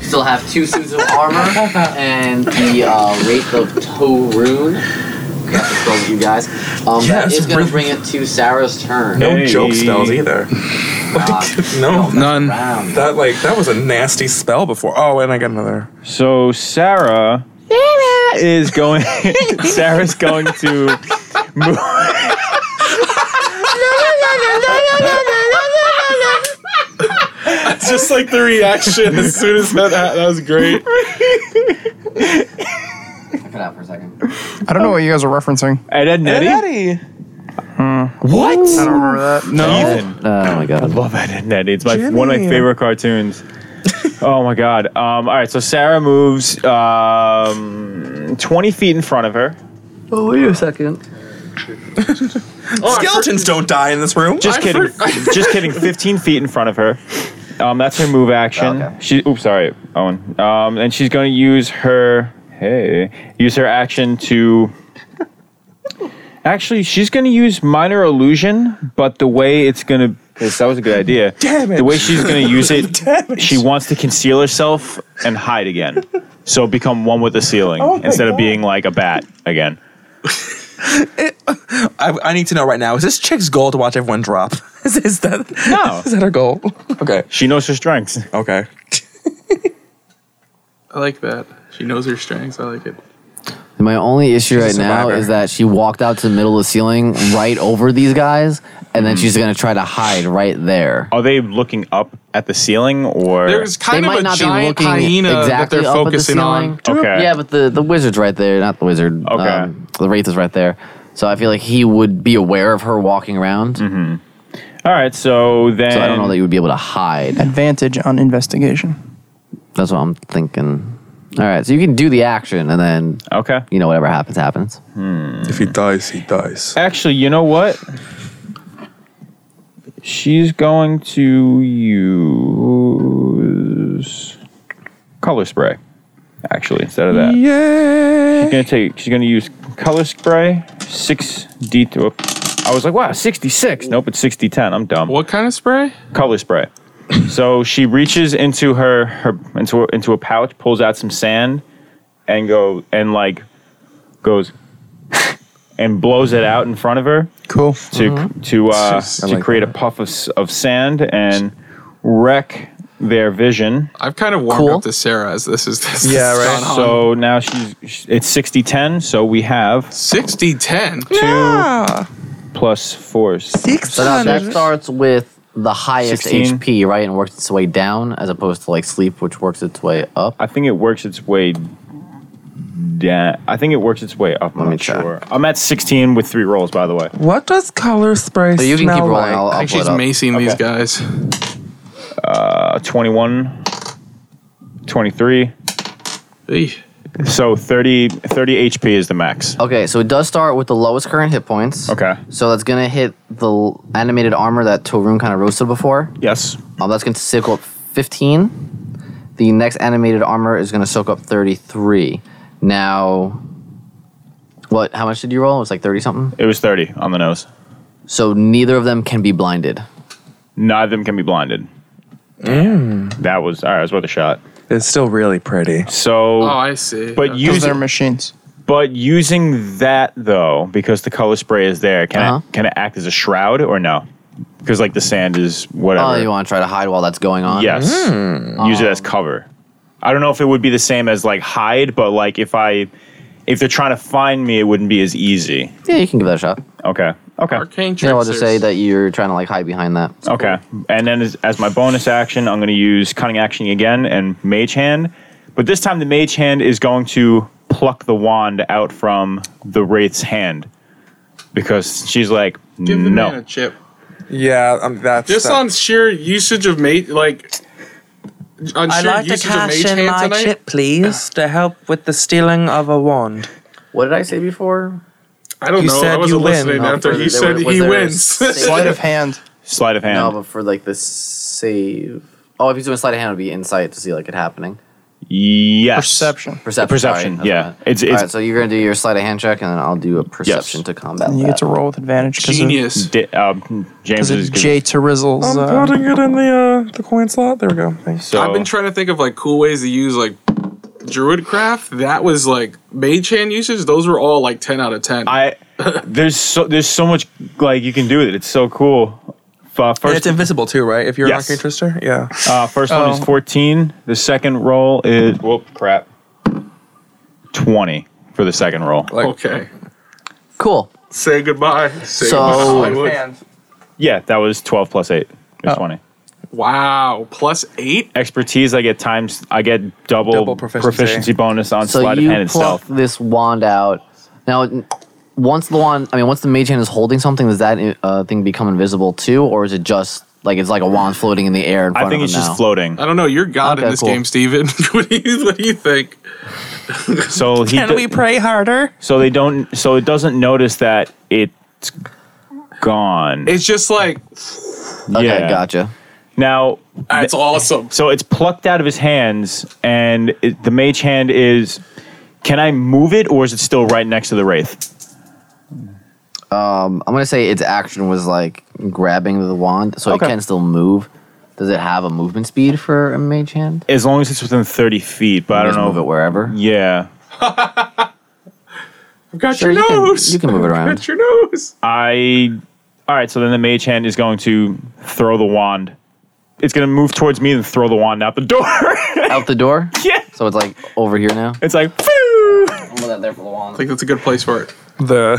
still have two suits of armor and the uh, Wraith of Torun. I got to spell with you guys. Um, that Yes, is going bring- to bring it to Sarah's turn. Uh, No Hey. joke spells either. Like, no. None. Round. That like that was a nasty spell before. Oh, and I got another. So Sarah is going. Sarah's going to move. It's just like the reaction as soon as that happened. That was great. Cut out for a second. I don't know what you guys are referencing. Hmm. Ed, Ed, and Eddie. Daddy. I don't remember that. No. Oh my god. Love Ed and Eddie. It's my one of my Jenny. favorite cartoons. oh my god. Um, all right, so Sarah moves um, twenty feet in front of her. Oh, wait a second. Skeletons don't die in this room. Just kidding. just kidding. Fifteen feet in front of her. Um, that's her move action. Okay. She. Oops, sorry, Owen. Um, and she's going to use her. Hey, use her action to. Actually, she's going to use minor illusion, but the way it's going to. That was a good idea. Damn it. The way she's going to use it, Damn it. she wants to conceal herself and hide again. So become one with the ceiling Oh my instead of God. being like a bat again. I, I need to know right now. Is this chick's goal to watch everyone drop? Is, is that No. Is that her goal? Okay. She knows her strengths. Okay. I like that. She knows her strengths. I like it. My only issue a right now survivor. is that she walked out to the middle of the ceiling right over these guys, and then she's gonna try to hide right there. Are they looking up at the ceiling or? There's kind might of a not be giant looking hyena that exactly they're up at the focusing on. ceiling. Okay. Yeah, but the the wizard's right there, not the wizard. Um, Okay. the wraith is right there, so I feel like he would be aware of her walking around. Mm-hmm. All right, so then. So I don't know that you would be able to hide. Advantage on investigation. That's what I'm thinking. All right, so you can do the action, and then okay. you know whatever happens happens. If he dies, he dies. Actually, you know what? She's going to use color spray. Actually, instead of that, she's gonna take. She's gonna use color spray. Six D. Two, I was like, wow, sixty-six. Nope, it's sixty ten. I'm dumb. What kind of spray? color spray. so she reaches into her, her into into a pouch, pulls out some sand, and go and like goes and blows it out in front of her Cool. to Mm-hmm. to uh, Jeez. to I like create a puff of, s- of sand and wreck their vision. I've kind of warmed Cool. up to Sarah as this is this. Yeah, is right. gone on. So now she's sh- it's 60-10, so we have 60 10. two Ah, plus four. Six So now that starts with the highest 16. HP, right, and works its way down, as opposed to like sleep, which works its way up. I think it works its way down. I think it works its way up. I'm me not check. sure. I'm at 16 with three rolls, by the way. What does color spray So you can keep rolling. I'll, I I'll think pull she's it up. macing these guys. Uh, 21, 23. Eey. So 30, 30 HP is the max. Okay, so it does start with the lowest current hit points. Okay. So that's gonna hit the l- animated armor that Torun kind of roasted before. Yes. Um, that's gonna soak up 15. The next animated armor is gonna soak up 33. Now, what? How much did you roll? It was like 30 something. It was 30 on the nose. So neither of them can be blinded. Neither of them can be blinded. That was, all right, it was worth a shot. It's still really pretty. So, Oh, I see. but Okay. Those using, are machines. but using that though, because the color spray is there, can Uh-huh. it, can it act as a shroud or no? Because like the sand is whatever. Oh, you want Um. to try to hide while that's going on? Yes. Use it as cover. I don't know if it would be the same as like hide, but like if I if they're trying to find me, it wouldn't be as easy. Mm-hmm. Yeah, you can give that a shot. Okay. Okay. Arcane Yeah, I'll just say tricksters. that you're trying to like hide behind that. Okay. And then as, as my bonus action, I'm going to use cunning action again and mage hand. But this time the mage hand is going to pluck the wand out from the wraith's hand because she's like Give the no. man a chip. Yeah, um, that's Just on sheer usage of mate, like on I'd sheer like to usage of mage cash in hand my tonight. chip, please, to help with the stealing of a wand. What did I say before? I don't You know. said I wasn't you win. listening No, after was he there- said was he there a wins. save? Sleight of hand. Sleight of hand. No, but for like the save. Oh, if he's doing sleight of hand, it would be insight to see like it happening. Yes. Perception. Perception. Perception, sorry, that's yeah. what I meant. It's- All it's- right, so you're gonna do your sleight of hand check, and then I'll do a perception to combat. And you get that. to roll with advantage. 'cause of- Genius. Di- um, James Because is of Jay Terizzle's. I'm Uh, putting it in the uh, the coin slot. There we go. Thanks. So I've been trying to think of like cool ways to use like druidcraft. That was like mage hand usage. Those were all like ten out of ten. I there's so there's so much like you can do with it. It's so cool. F- Uh, And it's first, invisible too, right? If you're Yes. a rocket twister, yeah. uh, first one is Oh. 14. The second roll is whoop crap. 20 for the second roll. okay. Cool. Say goodbye. Say So- goodbye, Hollywood. Yeah, that was 12 plus 8 is 20. Wow. Plus eight? Expertise, I get times, I get double, Double proficiency. proficiency. bonus on So sleight of you hand pluck itself. this wand out. Now, n- once the wand, I mean, once the mage hand is holding something, does that uh, thing become invisible too, or is it just like it's like a wand floating in the air in front I think of it's him just now? floating. I don't know. You're God Okay, in this cool. game, Steven. what, do you, what do you think? So he Can do- we pray harder? so they don't so it doesn't notice that it's gone. It's just like, Okay, Yeah. gotcha. now that's awesome. So it's plucked out of his hands, and it, the mage hand is. Can I move it, or is it still right next to the wraith? I'm gonna say its action was like grabbing the wand, so Okay. it can still move. Does it have a movement speed for a mage hand? As long as it's within thirty feet, but I You don't just know. Move it wherever. Yeah, I've got Sure, your you can- nose. you can move it I've around. got your nose. I. All right, so then the mage hand is going to throw the wand. It's going to move towards me and throw the wand out the door. Out the door. Yeah. So it's like over here now. it's like, phew! I'm gonna that there for the wand. I think that's a good place for it. The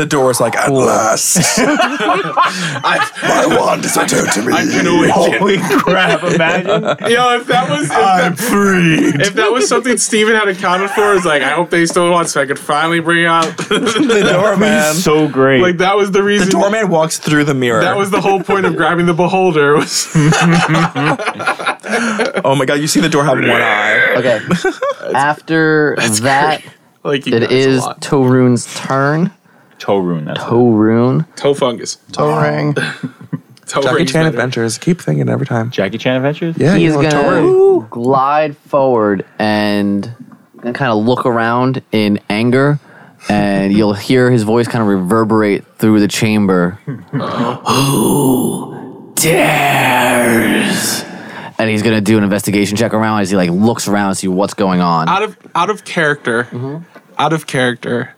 the door's like at last. My wand is returned to me. I can awaken. holy crap! Imagine. Yo, if that was if that, free. if that was something Steven had accounted for, it's like I hope they still want so I could finally bring out The doorman. so great. like that was the The reason doorman walks through the mirror. that was the whole point of grabbing the beholder was oh my god! You see the door have one eye. Okay. After that, like you it is Torun's turn. Torun. That's it. Torun. toe fungus. toe ring. Toe Jackie ring's Chan better. Adventures. Keep thinking every time. Jackie Chan Adventures. Yeah, He's you know, gonna Tori. glide forward and kind of look around in anger, and you'll hear his voice kind of reverberate through the chamber. Uh-huh. Who dares? And he's gonna do an investigation check around as he like looks around to see what's going on. out of out of character, Mm-hmm. out of character.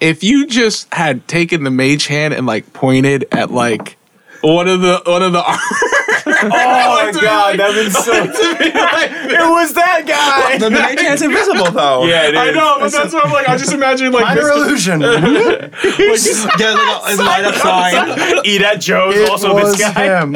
If you just had taken the mage hand and like pointed at like one of the one of the Oh my god! That was so. it was that guy. The mage hand's invisible though. Yeah, it is. I know, but that's what I'm like. I just imagine like Minor Mr. illusion. yeah, like a light up sign. Eat at Joe's. also, was this guy. him.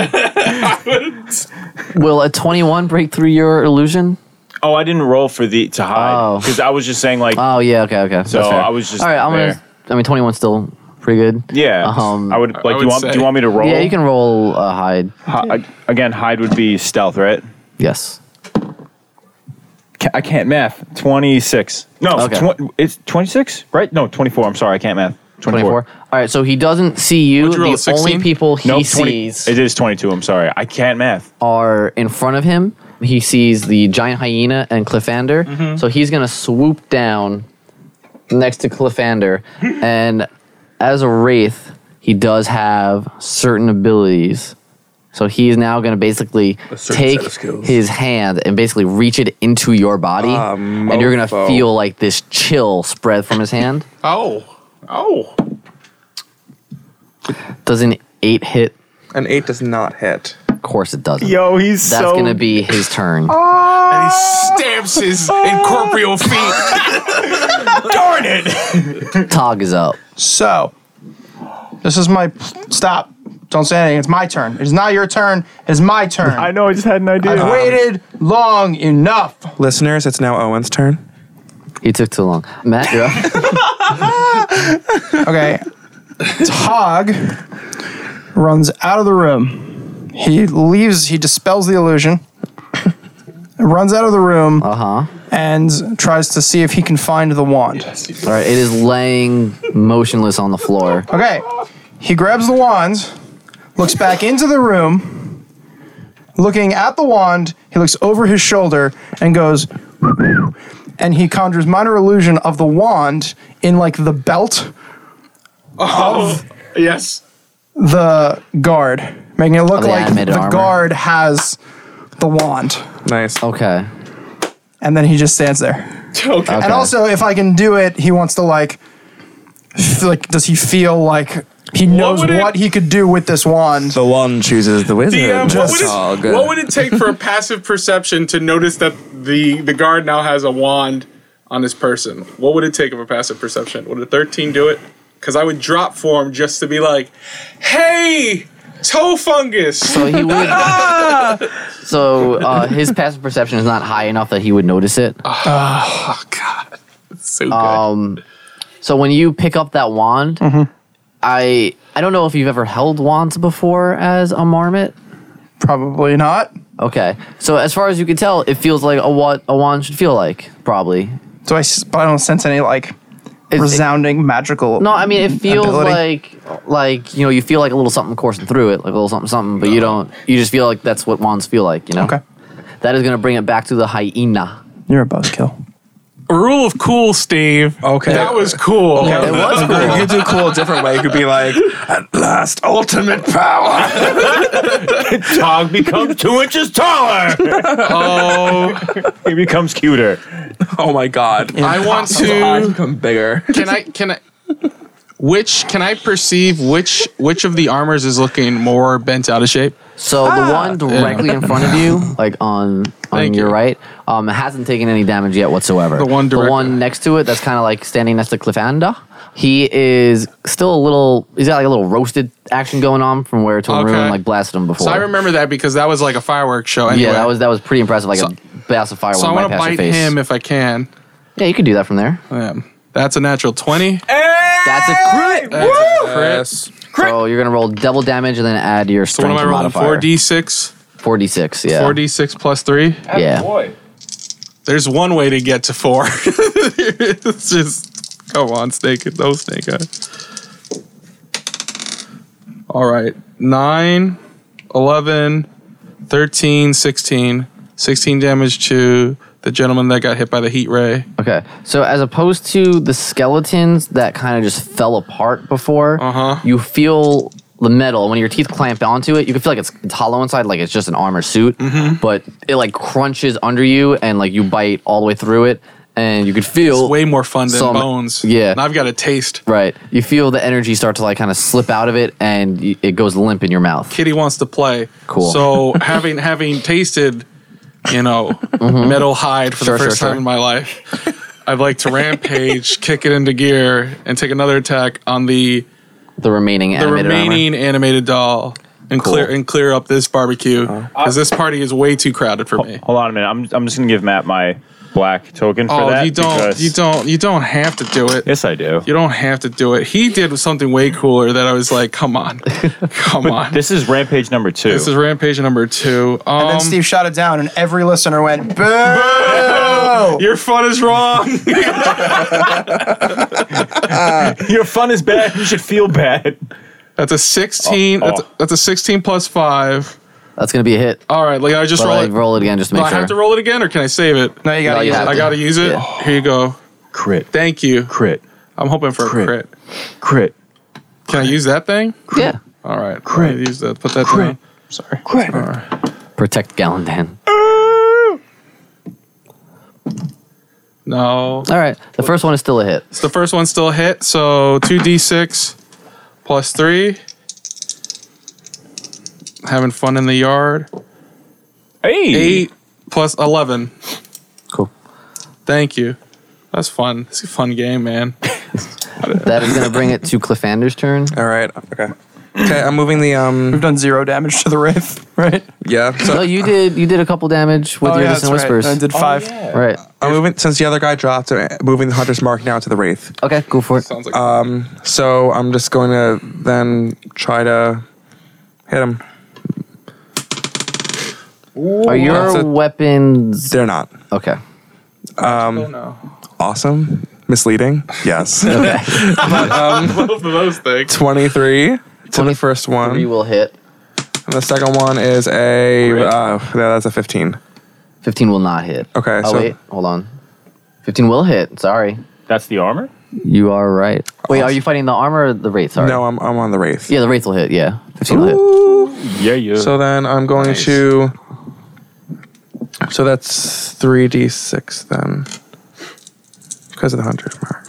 Will a twenty-one break through your illusion? Oh, I didn't roll for the to hide Oh. because I was just saying like Oh yeah, okay, okay. So I was just all right. I'm there. gonna. I mean, twenty-one still pretty good. yeah. Um, I would like. do I would you want? Do say- you want me to roll? Yeah, you can roll uh, hide. Hi- ag- again, hide would be stealth, right? Yes. Ca- I can't math. Twenty six. No, Okay. twen- it's twenty six, right? No, twenty four. I'm sorry, I can't math. 24. All right, so he doesn't see you. What'd you roll, The 16? only people he No, sees Oh. It is twenty two. I'm sorry, I can't math. are in front of him. He sees the giant hyena and Cliffander. Mm-hmm. So he's going to swoop down next to Cliffander. and as a wraith, he does have certain abilities. So he is now going to basically certain take set of skills. his hand and basically reach it into your body. Ah, and you're going to mofo. feel like this chill spread from his hand. Oh, oh, Does an eight hit? An eight does not hit. Of course it doesn't. Yo, he's That's so. gonna be his turn. and he stamps his incorporeal feet. Darn it! Tog is up. So, this is my stop. Don't say anything. It's my turn. It's not your turn. It's my turn. I know. I just had an idea. I've waited long enough. Listeners, it's now Owen's turn. He took too long. Matt, you're up. Okay. Tog runs out of the room. He leaves, he dispels the illusion, runs out of the room, Uh huh. and tries to see if he can find the wand. All right, it is laying motionless on the floor. Okay. He grabs the wand, looks back into the room, looking at the wand, he looks over his shoulder and goes, and he conjures minor illusion of the wand in like the belt Yes. the guard, making it look the like animated the armor. guard has the wand. Nice. Oh, Okay. And then he just stands there. Okay. Okay. And also, if I can do it, he wants to like, f- like, does he feel like he knows what, would it- he could do with this wand? The one chooses the wizard. DM, what, would That's all it, good. what would it take for a passive perception to notice that the the guard now has a wand on his person? What would it take of a passive perception? Would a thirteen do it? Because I would drop form just to be like, "Hey, toe fungus." So he would. so uh, his passive perception is not high enough that he would notice it. So good. Um, so when you pick up that wand, I I don't know if you've ever held wands before as a marmot. Probably not. Okay, so as far as you can tell, it feels like a what a wand should feel like, probably. Do I? s- But I don't sense any like It- it- resounding magical. no, I mean Mm-hmm. it feels ability. like like you know you feel like a little something coursing through it, like a little something something, but you Oh. don't. You just feel like that's what wands feel like, you know. Okay. That is gonna bring it back to the hyena. You're a buzzkill. Rule of cool, Steve. Okay. that was cool. It was cool. You could do cool a different way. You could be like, at last, ultimate power. Tog becomes two inches taller. oh, he becomes cuter. Oh my god. I want Eyes to. become bigger. Can I? Can I? Which can I perceive? Which which of the armors is looking more bent out of shape? So the one directly in front of you, like on on Ah! Thank your you. right, um, hasn't taken any damage yet whatsoever. The one the directly- one next to it, that's kind of like standing next to Cliffanda. He is still a little. He's got like a little roasted action going on from where Torun Okay. like blasted him before. So I remember that because that was like a fireworks show. Anyway. Yeah, that was that was pretty impressive. Like So- a blast of fire So I went right want to past your bite face. him if I can. Yeah, you could do that from there. Um, that's a natural 20. That's a crit. Yes. So you're gonna roll double damage and then add your So what strength am I rolling? modifier. 4d6? Four d six. Yeah. 4d6 plus 3? Yeah. There's one way to get to 4. it's just, come on, snake. No snake eye. All right. 9, 11, 13, 16. 16 damage to the gentleman that got hit by the heat ray. Okay, so as opposed to the skeletons that kind of just fell apart before, Uh-huh. you feel the metal when your teeth clamp onto it. You can feel like it's, it's hollow inside, like it's just an armor suit, Mm-hmm. but it like crunches under you and like you bite all the way through it, and you could feel It's way more fun than some- bones. Oh, yeah. And I've got a taste. right. You feel the energy start to like kind of slip out of it, and y- it goes limp in your mouth. Kitty wants to play. Cool. So having having tasted, you know, metal hide Mm-hmm. for Sure, the sure, first sure. time in my life, I'd like to rampage, kick it into gear, and take another attack on the The remaining the animated armor. remaining animated doll and clear Cool. Uh-huh. and clear up this barbecue because this party is way too crowded for me. Hold on a minute. I'm, I'm just gonna give Matt my black token for Oh, that. you don't, because- you don't, you don't have to do it. Yes, I do. You don't have to do it. He did something way cooler that I was like, come on, come on. This, This is rampage number two. is rampage number two. Um, And then Steve shot it down, and every listener went boo. your fun is wrong. Your fun is bad. You should feel bad. That's a 16. Oh, oh. That's, that's a 16 plus 5. That's gonna be a hit. All right, like I just But roll I it. roll it again just to Do make I sure. have to roll it again or can I save it? No, you No, gotta you use have it. I got to use it. Yeah. Here you go. Crit. Thank you. Crit. I'm hoping for Crit. a crit. Crit. Can I use that thing? yeah. All right. Crit. I'll Use that. Put that Crit. down. Sorry. All right. Protect Galandan. No. All right. The first one is still a hit. So the first one's still a hit. So 2d6 plus 3. Having fun in the yard. Hey. 8 plus 11. Cool. Thank you. That's fun. It's a fun game, man. That is gonna bring it to Cliffander's turn. All right. Okay. Okay. I'm moving the um. We've done zero damage to the wraith, right? Yeah. So No, you did. You did a couple damage with Oh, your yeah, distant that's right. whispers. I did five. Right. I'm moving since the other guy dropped. I'm moving the hunter's mark now to the wraith. Okay. Go for it. Sounds like Um, So I'm just going to then try to hit him. Are your that's a- weapons They're not okay? Oh, no. awesome. Misleading. Yes. Both of those things. 23 to the first Three one. will hit. And the second one is a. Uh, yeah, that's a 15. 15 will not hit. Okay, Oh, so- wait. Hold on. 15 will hit. Sorry. That's the armor. You are right. Wait, are you fighting the armor or the wraith? Sorry. No, I'm, I'm on the wraith. Yeah, the wraith will hit. Yeah. 15 will hit. Yeah, yeah. So then I'm going to. So that's 3d6 then. Because of the 100 mark.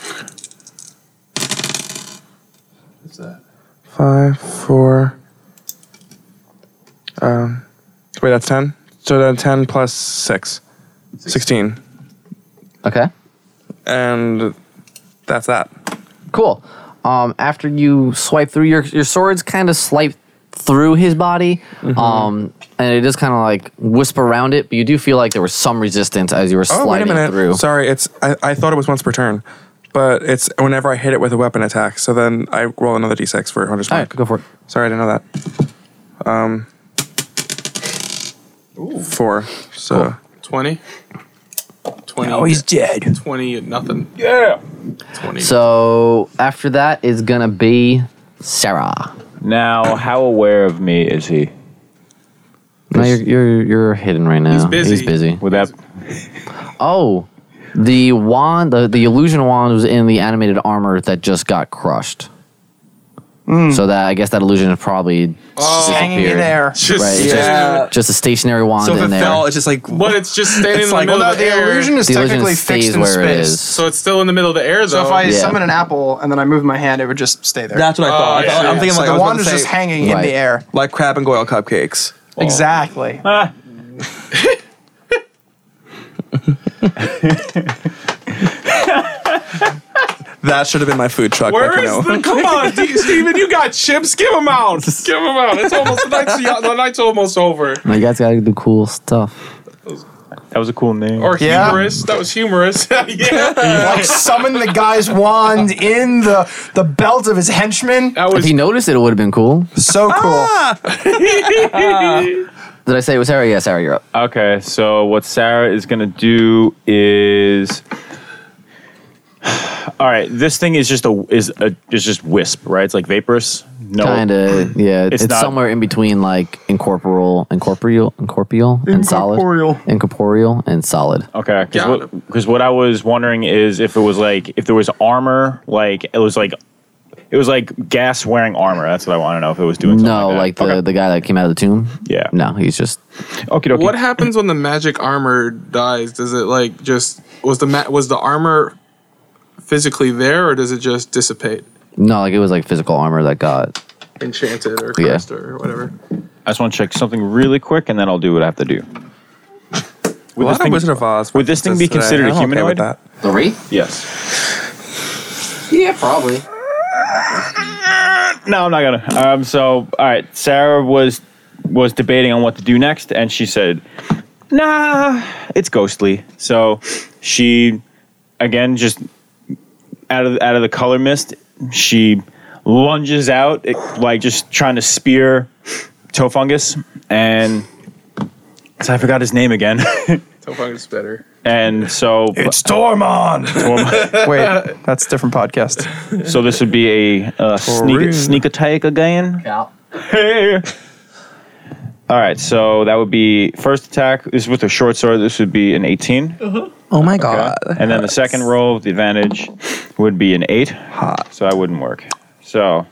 What's that? Five, four. Um, wait, that's 10? So then 10 plus 6. 16. Okay. And that's that. Cool. Um, after you swipe through your your swords, kind of swipe through his body, um, and it just kind of like wisp around it. But you do feel like there was some resistance as you were Oh, wait a sliding minute. through. Sorry, it's I, I thought it was once per turn, but it's whenever I hit it with a weapon attack. So then I roll another d6 for 100 All mark. right, go for it. Oh. Sorry, I didn't know that. Um, four. So 20. 20. Oh, he's dead. 20 at nothing. yeah. 20. So after that is gonna be Sarah. Now, how aware of me is he? No, you're, you're you're hidden right now. He's busy. With that, Oh, the wand, the, the illusion wand was in the animated armor that just got crushed. So that I guess that illusion is probably Oh. disappeared. Hanging in there. just, Right, it's yeah. just a stationary wand So if in it there. fell, it's just like. But it's just staying in It's the like, well, middle no, of the, the air. illusion is the illusion technically stays fixed in where it space. is. so it's still in the middle of the air, though. So if I Yeah. summon an apple and then I move my hand, it would just stay there. That's what I thought. I yeah. thought I'm thinking so like I the was wand about is to just say, hanging in Right. the air. like crab and goyle cupcakes. Exactly. That should have been my food truck. Where Rick, is no. the? Come on, D- Steven, you got chips. Give them out. Give them out. It's almost the night's, the night's almost over. you guys gotta do cool stuff. that was a cool name. Or Yeah. humorous. That was humorous. yeah. like summon the guy's wand in the the belt of his henchman. That If was he noticed it, it would have been cool. So Ah! cool. Did I say it was Sarah? Yeah, Sarah, you're up. Okay, so what Sarah is gonna do is, all right, this thing is just a is a is just wisp, right? It's like vaporous. No, Kinda, yeah. It's, It's not- somewhere in between like incorporeal, incorporeal, incorporeal, and solid. Incorporeal. Incorporeal and solid. Okay, because Got what, 'cause what I was wondering is if it was like if there was armor, like it was like it was like gas wearing armor. That's what I want to know if it was doing. No, something like like, the, the guy that came out of the tomb. Yeah. No, he's just the okay, okay. What happens when the magic armor dies? Does it like just was the ma- was the armor physically there, or does it just dissipate, no, like it was like physical armor that got enchanted or Yeah. cursed or whatever? I just want to check something really quick, and then I'll do what I have to do. Would this thing- Wizard of Oz would this thing be references considered today? a I'm okay with humanoid? that. the wreath. Yes. Yeah, probably. No, I'm not gonna. Um. So, all right. Sarah was was debating on what to do next, and she said, "Nah, it's ghostly." So, she again just out of out of the color mist, she lunges out, it, like just trying to spear toe fungus, and 'cause I forgot his name again. Tofungus better. and so, It's Tormon. Wait, that's a different podcast. so this would be a, uh sneak sneak attack again. Yeah. All right, so that would be first attack. This is with a short sword. This would be an 18. Oh my god. And then the second roll with the advantage would be an 8. Hot. So that wouldn't work. So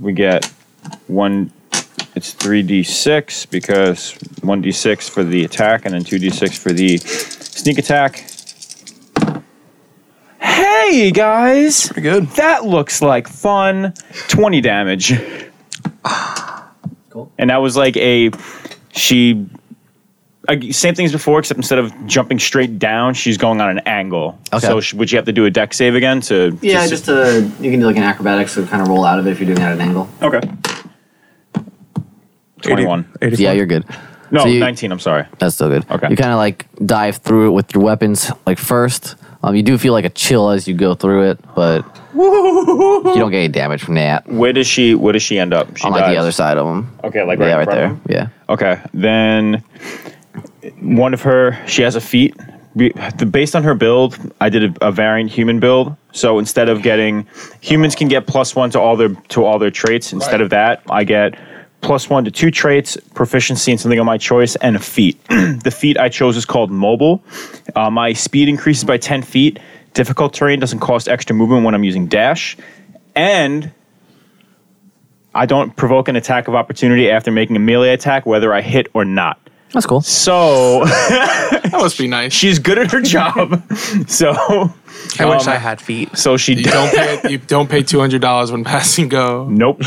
we get one, it's 3d6 because 1d6 for the attack and then 2d6 for the sneak attack. Hey guys! Pretty good. That looks like fun. 20 damage. And that was like a. She. ag- Same thing as before, except instead of jumping straight down, she's going on an angle. Okay. So, she, would you have to do a deck save again to. Yeah, just to you can do like an acrobatics to kind of roll out of it if you're doing it at an angle. Okay. 21. 84. Yeah, you're good. No, So you- 19, I'm sorry. That's still good. Okay. You kind of like dive through it with your weapons like first. Um, you do feel like a chill as you go through it, but you don't get any damage from that. Where does she Where does she end up? She on like dies. the other side of them. Okay, like right, yeah, in right front of there. him? Yeah. Okay, then one of her, she has a feat. Be- the- Based on her build, I did a, a variant human build. So instead of getting humans can get plus one to all their to all their traits. Instead of that, I get plus one to two traits, proficiency in something of my choice, and a feat. the feat I chose is called Mobile. Uh, my speed increases by 10 feet. Difficult terrain doesn't cost extra movement when I'm using dash. And I don't provoke an attack of opportunity after making a melee attack, whether I hit or not. That's cool. So That must be nice. she's good at her job. so I wish Um, I had feet. so she You don't pay. You don't pay two hundred dollars when passing go. Nope.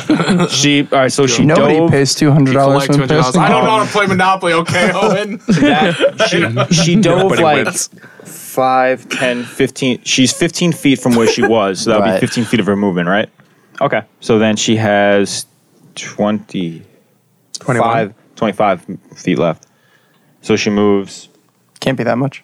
she all right. So she Nobody dove. pays two hundred dollars Collect for two hundred dollars. passing. I don't know how to play Monopoly. Okay, Owen. That, she, she dove Nobody like wins. five, ten, fifteen. She's 15 feet from where she was. So that would Right. be 15 feet of her movement, right? Okay. So then she has 20, 21. 25 feet left. So she moves. Can't be that much.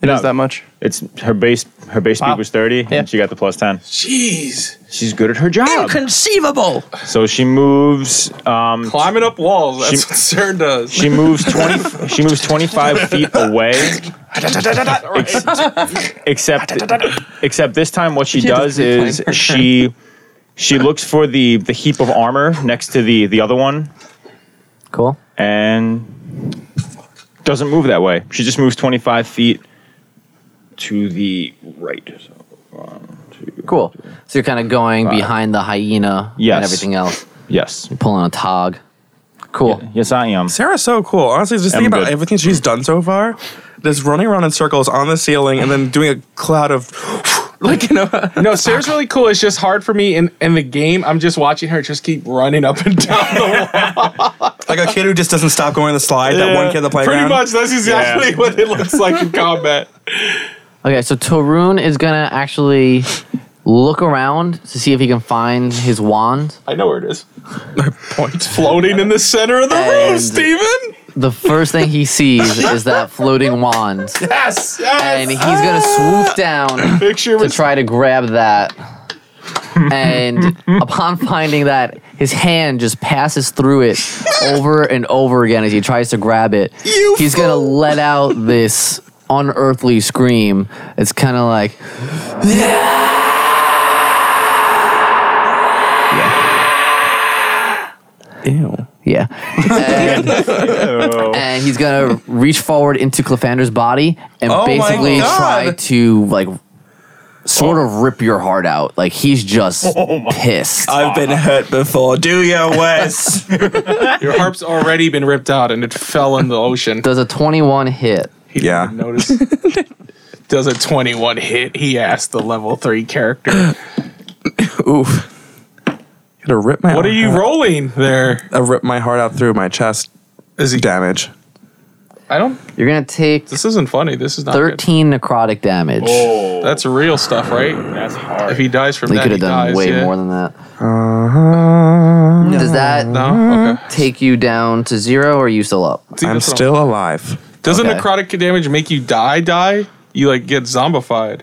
It is No. that much. It's her base. Her base Wow. speed was 30, Yeah. and she got the plus 10. Jeez, She's good at her job. Inconceivable. So she moves. Um, climbing up walls. That's She- what Sarah does. She moves twenty. she moves twenty-five feet away. Ex- except, except this time, what she does is she she looks for the the heap of armor next to the the other one Cool. and doesn't move that way. She just moves twenty-five feet to the right. So one, two. Cool. So you're kind of going behind the hyena Yes. and everything else, Yes. pulling a tog. Cool. Yes, I am. Sarah's so cool. Honestly, just I'm think about good. everything she's done so far. This running around in circles on the ceiling and then doing a cloud of, like, you know, No, Sarah's really cool. It's just hard for me in, in the game. I'm just watching her just keep running up and down the wall. like a kid who just doesn't stop going on the slide. That one kid at the Pretty playground. much, that's exactly Yeah. what it looks like in combat. Okay, so Torun is gonna actually look around to see if he can find his wand. I know where it is. It's floating in the center of the room, And- Steven. The first thing he sees is that floating wand, Yes, and yes. he's gonna swoop down Picture to was try to grab that. And upon finding that, his hand just passes through it over and over again as he tries to grab it. He's gonna let out this unearthly scream. It's kind of like, Ew. yeah. And, Oh. and he's gonna reach forward into Clifander's body and Oh my basically God. try to like sort of rip your heart out. Like he's just Oh pissed. I've been hurt before. Do your worst. your harp's already been ripped out and it fell in the ocean. Does a 21 hit? yeah. Notice. Does a 21 hit? He asked the level 3 character. Oof. Gotta rip my. What are you rolling there? I rip my heart out through my chest. Is he damage? I don't. You're gonna take This isn't funny. This is not. good. 13 necrotic damage. That's real stuff, right? That's hard. If he dies from They that, could have he done dies, way yeah. more than that. Uh, Does that No. Okay. take you down to zero, or are you still up? See, I'm that's what still alive. Doesn't Okay. necrotic damage make you die? Die? You like get zombified.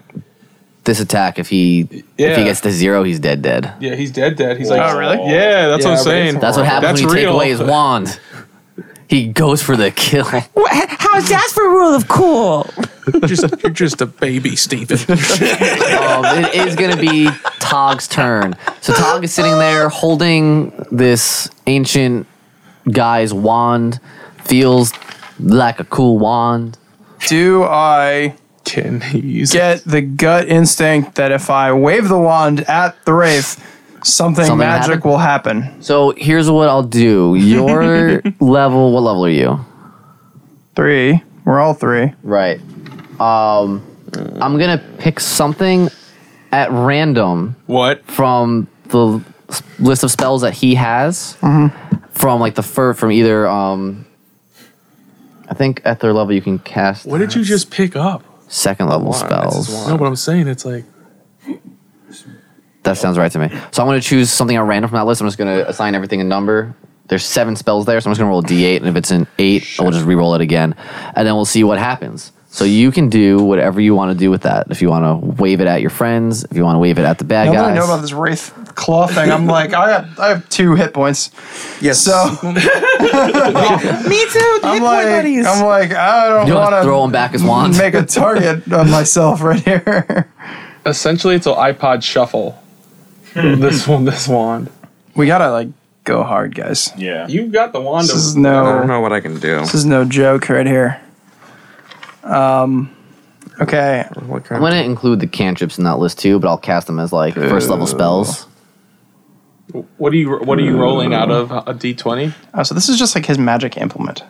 This attack, if he if he Yeah. gets to zero, he's dead, dead. Yeah, he's dead. Dead. He's like, Oh, really? Yeah, that's what I'm saying. That's what happens That's when you take real. away his wand. He goes for the kill. How's that for rule of cool? just, you're just a baby, Steven. um, it is going to be Tog's turn. So Tog is sitting there holding this ancient guy's wand. Feels like a cool wand. Do I Can he use get the gut instinct that if I wave the wand at the wraith, something, Something magic happen? will happen? So here's what I'll do. Your level, what level are you? Three. We're all three. Right. Um, I'm going to pick something at random what? from the s- list of spells that he has from like the fur from either um I think at their level you can cast What did you just pick up? second level spells. No, but I'm saying it's like That sounds right to me. So I'm gonna choose something at random from that list. I'm just gonna assign everything a number. There's seven spells there, so I'm just gonna roll a D8, and if it's an eight, I will just re-roll it again, and then we'll see what happens. So you can do whatever you want to do with that. If you want to wave it at your friends, if you want to wave it at the bad Now that I guys, know about this wraith claw thing, I'm like, I have, I have two hit points. Yes. So Me too. The I'm hit like, point buddies. I'm like, I don't you want want to throw him back as wand. make a target on myself right here. Hmm. essentially it's an iPod shuffle. this one, this wand. We gotta like go hard, guys. Yeah. You've got the wand. This is Of, I don't no. know what I can do. This is no joke right here. Um. Okay. What I'm kind gonna include the cantrips in that list too, but I'll cast them as like first level spells. what are you? What are you rolling out of a D twenty? Oh, so this is just like his magic implement.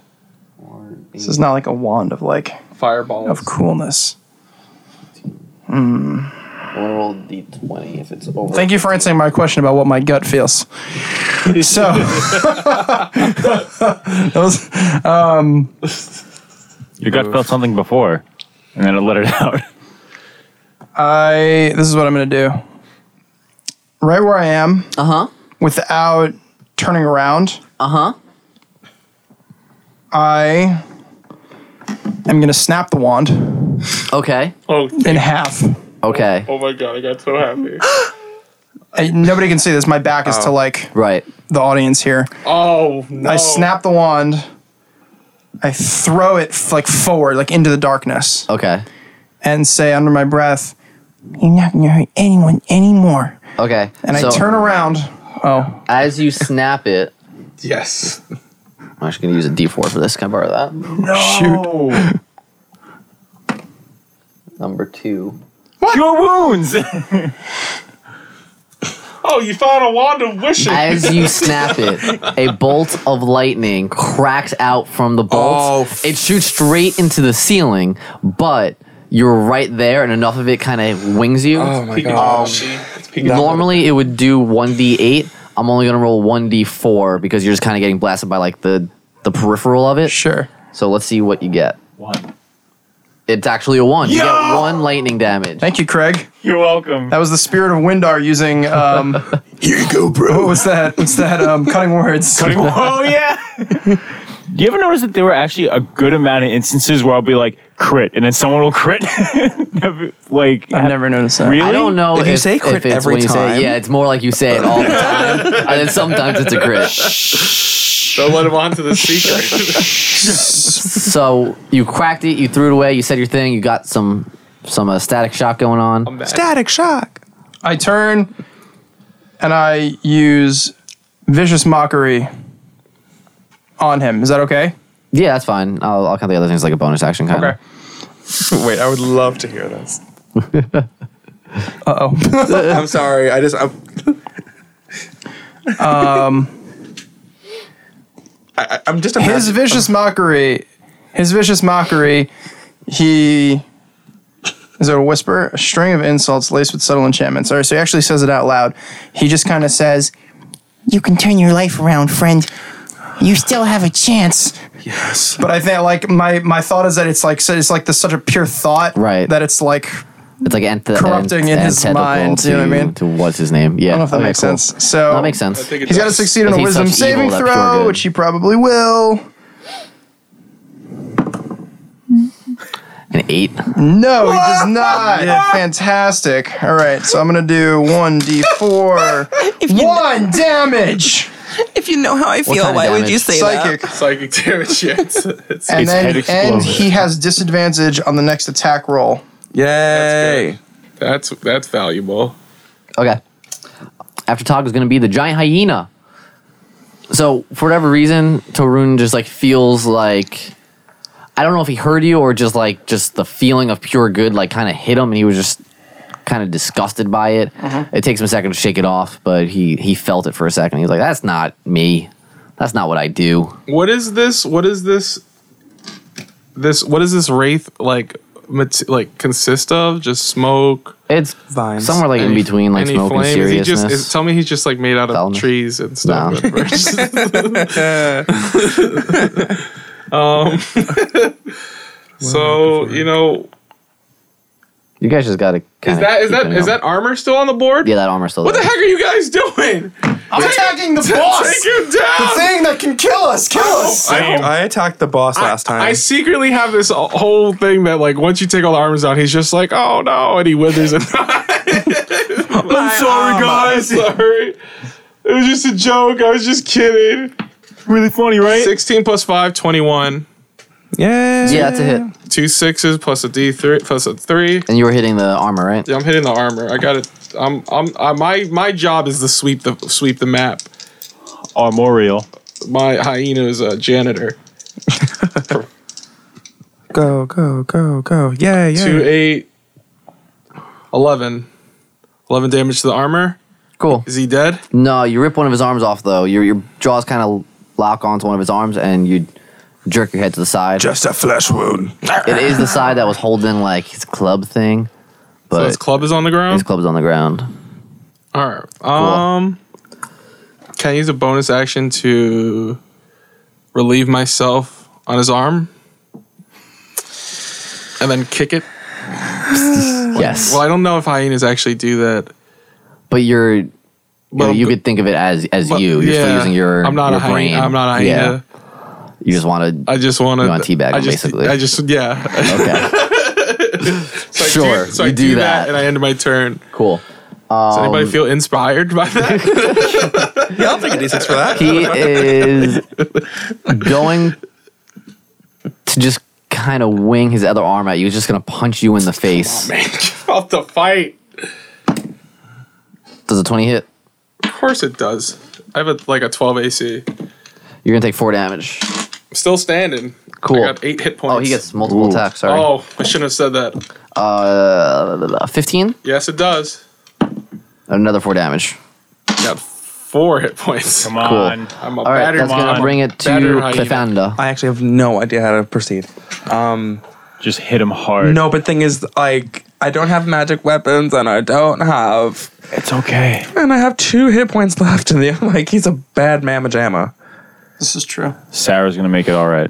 This is not like a wand of like Fireball. of coolness. I'm gonna roll d20 if it's over. Thank you for answering my question about what my gut feels. so, that was, Your gut felt something before, and then it let it out. I this is what I'm gonna do. Right where I am, Uh huh. without turning around, Uh huh. I am gonna snap the wand Okay. Oh, in half. Okay. oh my god! I got so happy. I- nobody can see this. My back is to like Right. the audience here. Oh no! I snap the wand. I throw it f- like forward, like into the darkness, Okay. and say under my breath, "You're not gonna hurt anyone anymore." Okay. And I turn around. Oh, as you snap it. Yes. I'm actually gonna use a D4 for this. Can I borrow that? Shoot. Number two. Your wounds. Oh, you found a wand of wishing. As you snap it, a bolt of lightning cracks out from the bolt. Oh, it shoots straight into the ceiling, but you're right there, and enough of it kind of wings you. Oh my Oh, god. she- it's peeking- Normally, it would do 1d8. I'm only gonna roll 1d4 because you're just kind of getting blasted by like the the peripheral of it. sure. So let's see what you get. One. It's actually a one. You Yo! get one lightning damage. Thank you, Craig. You're welcome. That was the spirit of Windar using. Um, Here you go, what bro. was that? What's that? Um, cutting words. oh yeah. Do you ever notice that there were actually a good amount of instances where I'll be like crit, and then someone will crit? Never- like I've never noticed that. really. I don't know If if, you say crit if it's every when you time- say yeah, it's more like you say it all the time, and then sometimes it's a crit. Don't let him onto the secret. So you cracked it, you threw it away, you said your thing, you got some some uh, static shock going on. Static shock. I turn, and I use vicious mockery on him. Is that okay? Yeah, that's fine. I'll, I'll count the other things like a bonus action kind of. Okay. Wait, I would love to hear this. I'm sorry. I just. I'm, Um, I, I'm just imagining. His vicious mockery. His vicious mockery. He. Is it a whisper? A string of insults laced with subtle enchantments. All right, so he actually says it out loud. He just kind of says, You can turn your life around, friend. You still have a chance. but I think like my my thought is that it's like so it's like this such a pure thought, Right. That it's like I It's like ant- Corrupting in his antithetical mind, you know what I to- mean? To what's his name? Yeah, don't know if that okay, makes cool. sense. So That makes sense. think it He's got to does. succeed on If a he's wisdom such evil, saving that's throw, pure good. which he probably will. An eight. No, he does not. Fantastic. All right, so I'm gonna do one d4, one damage, If you know how I feel, kind of why would you damage? say psychic, Psychic damage. Yeah, it's, it's, and His head then exploded. and he has disadvantage on the next attack roll. Yay. that's that's valuable. Okay. After Tog is going to be the giant hyena. So for whatever reason, Torun just like feels like I don't know if he heard you or just like just the feeling of pure good like kind of hit him and he was just kind of disgusted by it. Uh-huh. It takes him a second to shake it off, but he he felt it for a second. He was like, "That's not me. That's not what I do." What is this? What is this? This what is this wraith like? Mat- like consist of just smoke. It's Vines. somewhere like in Any- between like any smoke and Is he seriousness. just, is, tell me he's just like made out of Thalamus. trees and stuff. um, so you know, you guys just got to is that is that is that armor still on the board? Yeah, that armor still What the there. heck are you guys doing? I'm attacking the Take Oh. him down. thing that can kill us. Kill us. I attacked the boss last time. I secretly have this whole thing that like once you take all the armors out, he's just like, oh no, and he withers and I'm sorry, guys. Sorry. It was just a joke. I was just kidding. really funny, right? 16 plus 5, 21. Yay. Yeah, that's a hit. Two sixes plus a D3 plus a three. And you were hitting the armor, right? Yeah, I'm hitting the armor. I got it. I'm I'm I, my my job is to sweep the sweep the map. armorial. My hyena is a janitor. Go, go, go, go. Yeah, yeah. Two, eight, 11. 11 damage to the armor. Cool. Is he dead? No, you rip one of his arms off though. Your your jaws kind of lock onto one of his arms, and you jerk your head to the side. Just a flesh wound. it is the side that was holding like his club thing, So but his club is on the his ground. club's on the ground. All right. Um, can I use a bonus action to relieve myself on his arm, and then kick it? Yes, Well, I don't know if hyenas actually do that. but you're you, know, Well, you could think of it as as But- you. You're still using your I'm not your a hyena. brain. I'm not a hyena. You just want to. I just want to. You wanna teabag I him, just, basically. I just yeah. Okay, So I Sure, Do, so you I do, do that. that. Um, and I end my turn. cool. Does anybody feel inspired by that? I'll take a d6 for that. He is going to just kind of wing his other arm at you. He's just going to punch you in the face. Off the fight. Does a 20 hit? Of course it does. I have a, like a 12 AC. You're going to take four damage. I'm still standing. Cool. I got eight hit points. Oh, he gets multiple attacks. Sorry. Oh, I shouldn't have said that. Uh, 15? Yes, it does. Another four damage. Got four hit points. Come on. I'm a All right, battered that's come going on. to bring it to Batter hyena. Cliffanda. I actually have no idea how to proceed. Just hit him hard. No, but thing is, like, I don't have magic weapons, and I don't have, it's okay. and I have two hit points left. And the- like, he's a bad mamma jamma. This is true. Sarah's gonna make it all right.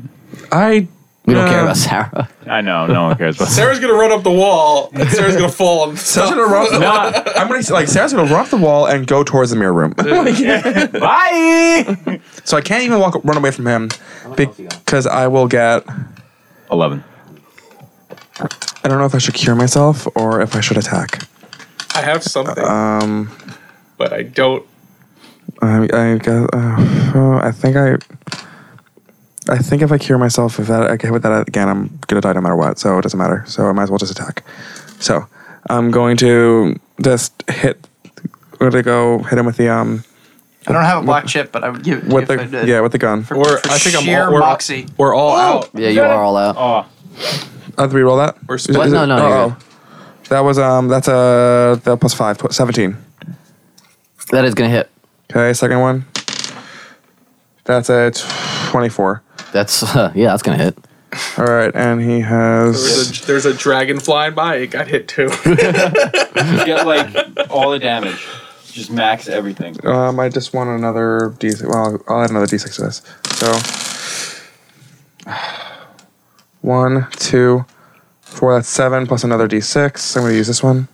I We don't uh, care about Sarah. I know. No one cares. But Sarah's gonna run up the wall. And Sarah's gonna fall. On Sarah's gonna rock. I'm gonna like Sarah's gonna rock the wall and go towards the mirror room. Like, bye. so I can't even walk, run away from him, because I will get. Eleven. I don't know if I should cure myself or if I should attack. I have something, Um, but I don't. I, I guess. Uh, oh, I think I. I think if I cure myself, if that I get with that again, I'm gonna die no matter what. So it doesn't matter. So I might as well just attack. So I'm going to just hit. Going to go hit him with the um I don't have a black chip, but I would give it to you with if I the did. yeah with the gun. We're, For I think I'm sheer all, we're, moxie. we're all out. Yeah, you are all out. Oh, I have to re-roll that. We're Is split. is No, no, oh, you're oh. That was um. That's a that plus five, plus seventeen. That is going to hit. Okay, second one. That's a twenty-four. That's, uh, yeah, that's going to hit. All right, and he has. There's a, there's a dragon flying by. It got hit too. get like all the damage. Just max everything. Um, I just want another d. Well, I'll add another d6 to this. So, one, two, four. That's seven plus another d6. I'm going to use this one.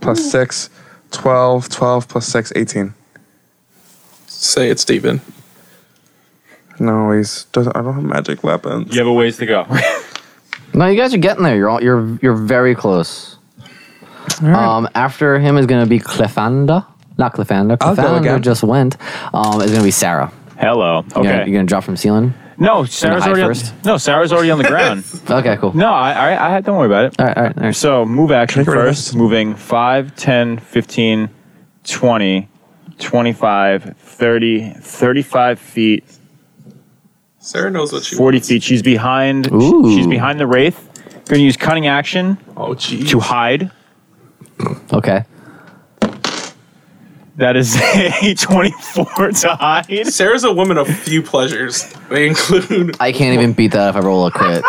Plus six, 12, 12 plus six, 18. Say it, Steven. No, he's doesn't. I don't have magic weapons. You have a ways to go. No, you guys are getting there. You're all, you're you're very close. Um, after him is gonna be Clefanda, not Clefanda. I'll go Clefanda again. just went. Um, is gonna be Sarah. Hello. You're, Okay. gonna, you're gonna drop from ceiling. no, Sarah's hide already. first? On, no, Sarah's already on the ground. Okay, cool. No, I, I, I don't worry about it. All right, all right, all right. So move action Can I get rid of first. this? Moving 5, 10, 15, 20, 25, 30, 35 feet, Sarah knows what she 40 feet. She's behind. Ooh. She's behind the wraith. Going to use cunning action Oh, geez. to hide. Okay. That is a 24 to hide. Sarah's a woman of few pleasures. They include I can't even beat that if I roll a crit.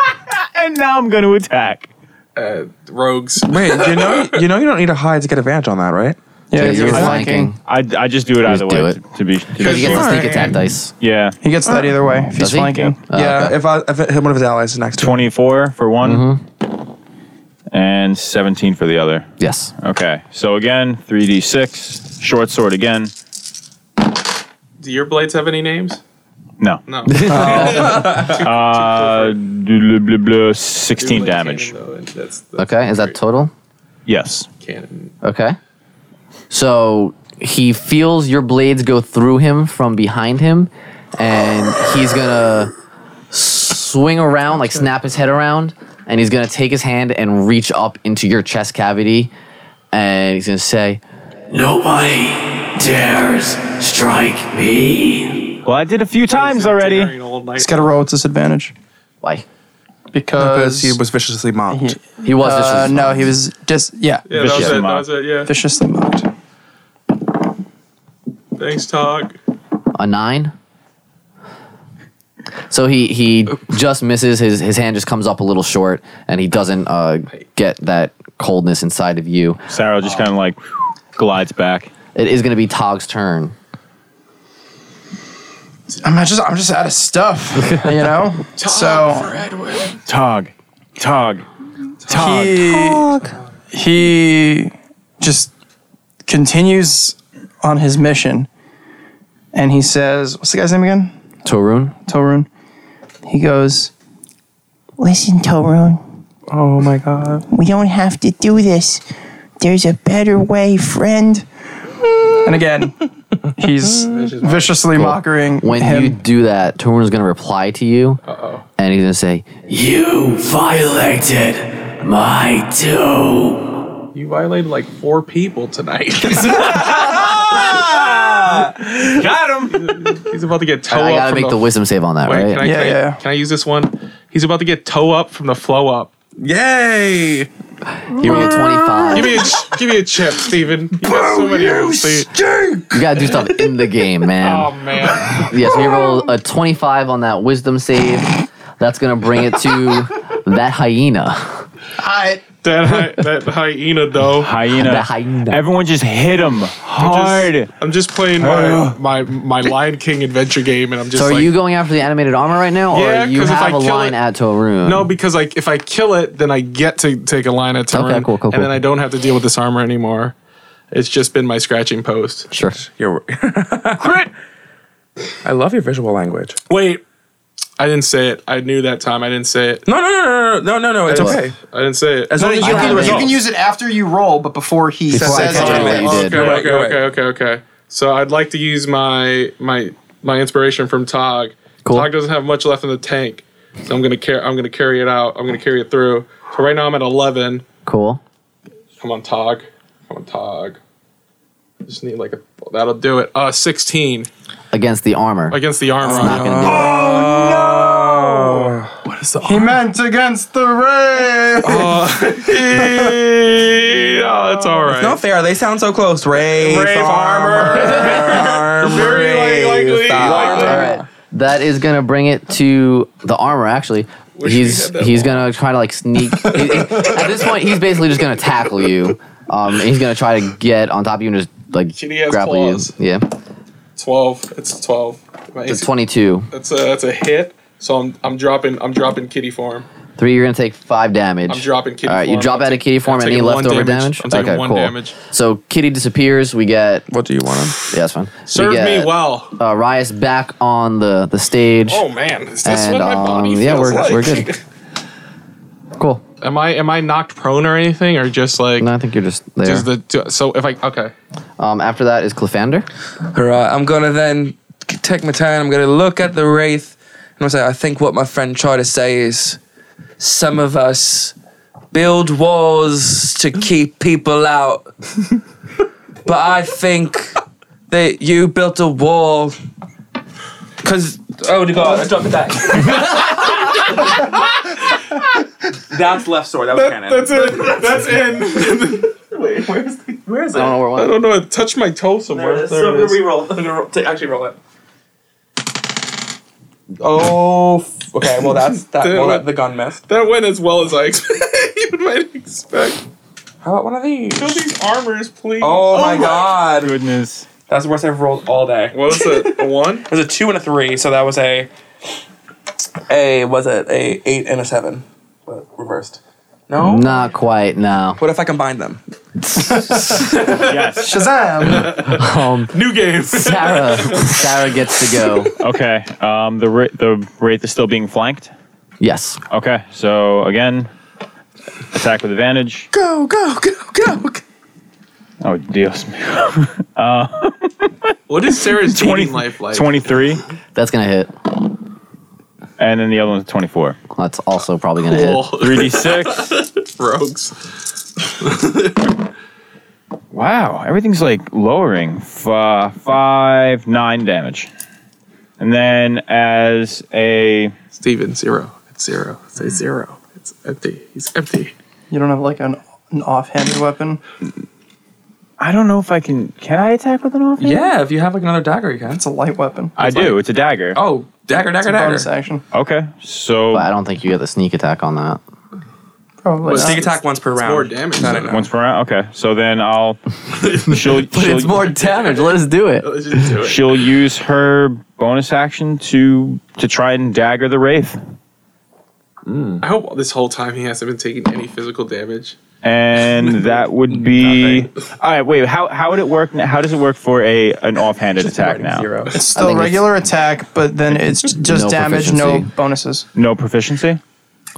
And now I'm going to attack. uh, rogues. Wait, you know, you know, you don't need to hide to get advantage on that, right? Yeah, Because you're you're flanking. flanking. I, I just do it either do way. it. To, to be, to Because be you get the sure. sneak attack dice. Yeah. He gets that either way if Does he's he? flanking. Oh, yeah, okay. if I if it hit one of his allies next to him. 24 for one Mm-hmm. and 17 for the other. Yes. Okay. So again, 3d6. Short sword again. Do your blades have any names? No. No. Uh, blah, blah, blah, 16 Dual-blade damage. cannon, though, and that's- that's Okay. Is that great. total? Yes. Cannon. Okay. So he feels your blades go through him from behind him, and he's gonna swing around, like snap his head around, and he's gonna take his hand and reach up into your chest cavity, and he's gonna say, "Nobody dares strike me? Well, I did a few times already. Daring all night. He's got to roll with disadvantage Why? because Because he was viciously mocked. He- He was. uh, just no, he was just yeah, Yeah, that was Vicious it. That mob. was it. Yeah. viciously mocked. Thanks, Tog. a nine. So he he just misses his his hand just comes up a little short and he doesn't uh, get that coldness inside of you. Sarah just kind of like glides back. It is going to be Tog's turn. I'm not just I'm just out of stuff, you know. so Tog, Tog, Tog. he he just continues on his mission, and he says, "What's the guy's name again?" Torun, Torun. He goes, Listen, Torun. Oh my god. We don't have to do this. There's a better way, friend. and again, he's viciously mocking when him. you do that, Torun is going to reply to you, and he's going to say, You violated my doom. You violated like four people tonight. Got him. He's about to get toe "I up. gotta from make the wisdom save on that, Wait, right?" can I, Yeah, can, I, yeah. can I use this one? He's about to get toe up from the flow up. Yay! Give me a twenty-five. Give me a ch- give me a chip, Steven. You got so many of these. you gotta do stuff in the game, Oh man. man. Yes, we roll a twenty-five on that wisdom save. That's going to bring it to that hyena. That, hy- that hyena though. The Hyena. hyena. Everyone just hit him hard. I'm just playing my, my my Lion King adventure game, and I'm just So are like you going after the animated armor right now, Yeah, or you 'cause if I have a kill line it- at Torun? no, because like if I kill it, then I get to take a line at Tarun, Okay, cool, cool, and then cool. I don't have to deal with this armor anymore. It's just been my scratching post. sure. You're, Crit. I love your visual language. Wait, I didn't say it. I knew that time. I didn't say it. No, no, no, no, no, no, no, no. It's okay. I didn't say it. As long as you I get have the it. results. You can use it after you roll, but before he Before I says catch it, anything. what you did. okay, You're right, okay, you're right. okay, okay, okay. So I'd like to use my my my inspiration from Tog. Cool. Tog doesn't have much left in the tank, so I'm gonna carry I'm gonna carry it out. I'm gonna carry it through. So right now I'm at 11. Cool. Come on, Tog. Come on, Tog. Just need like a that'll do it. Uh, 16 Against the armor. against the armor. Not gonna do it. Oh. He meant against the ray. oh, that's all right. Not fair. They sound so close. Ray, Brave armor. Very like- likely. likely. All right. That is gonna bring it to the armor. Actually, we he's had that he's gonna try to like sneak. he- he- at this point, he's basically just gonna tackle you. Um, he's gonna try to get on top of you and just like Kitty has grapple claws. you. Yeah, 12. It's 12. My it's AC twenty-two. That's a that's a hit. So I'm I'm dropping I'm dropping kitty form. Three, you're gonna take five damage. I'm dropping kitty. All right, you form. drop I'm out of taking- kitty form. I'm Any taking one leftover damage? damage. I'm taking one damage. So kitty disappears. We get What do you want? him? yeah, that's fine. Serve we get, me well. Uh, Rias back on the the stage. Oh man, is this and what my um, body feels yeah, we're like? we're good. cool. Am I am I knocked prone or anything, or just like No, I think you're just there. does the do- so if I okay? um, after that is Cliffander. Alright, I'm gonna then take my turn. I'm gonna look at the wraith and I'll say, I think what my friend tried to say is some of us build walls to keep people out. but I think that you built a wall because oh my god, I dropped the back. That's left sword. That was canon. it. That's in. Where is it? I don't know where I it went. don't know. It touched my toe somewhere. There it is. re-roll. I'm gonna roll, take, actually roll it. Oh, f- okay. Well, that's that. Damn well, it. that the gun missed. That went as well as I expected. might expect. How about one of these? Kill these armors, please. Oh, my god, Goodness. that's the worst I've rolled all day. What was it? A one? It was a two and a three, so that was a a was it a eight and a seven, but reversed. No. Not quite. No. What if I combine them? Yes. Shazam! Um, New game. Sarah. Sarah gets to go. Okay. Um, the ra- the wraith is still being flanked. Yes. Okay. So again, attack with advantage. Go, go, go, go. go. Oh, Dios. what is Sarah's 20 dating life like? Twenty-three, That's gonna hit. and then the other one's twenty-four. That's also probably gonna hit. Cool. Three d six. Rogues. Wow, everything's like lowering. F- uh, five, nine damage. And then as a. Steven, zero. It's zero. Say zero. It's empty. He's empty. You don't have like an, an offhanded weapon. I don't know if I can. Can I attack with an offhand? Yeah, if you have like another dagger, you can. It's a light weapon. I do. it's a dagger. Oh, dagger, It's dagger, a bonus dagger. action. Okay. So But I don't think you get the sneak attack on that. Probably. But not. sneak attack once per round. More damage. Not enough. once per round. Okay. So then I'll. she'll, But she'll, it's more damage. Let us do it. Let's just do it. she'll use her bonus action to to try and dagger the wraith. I hope this whole time he hasn't been taking any physical damage. And that would be. All right. Wait. How how would it work? n- How does it work for a an offhanded attack now? Zero. It's I still think it's- regular attack, but then it's just No damage, no proficiency. bonuses. No proficiency.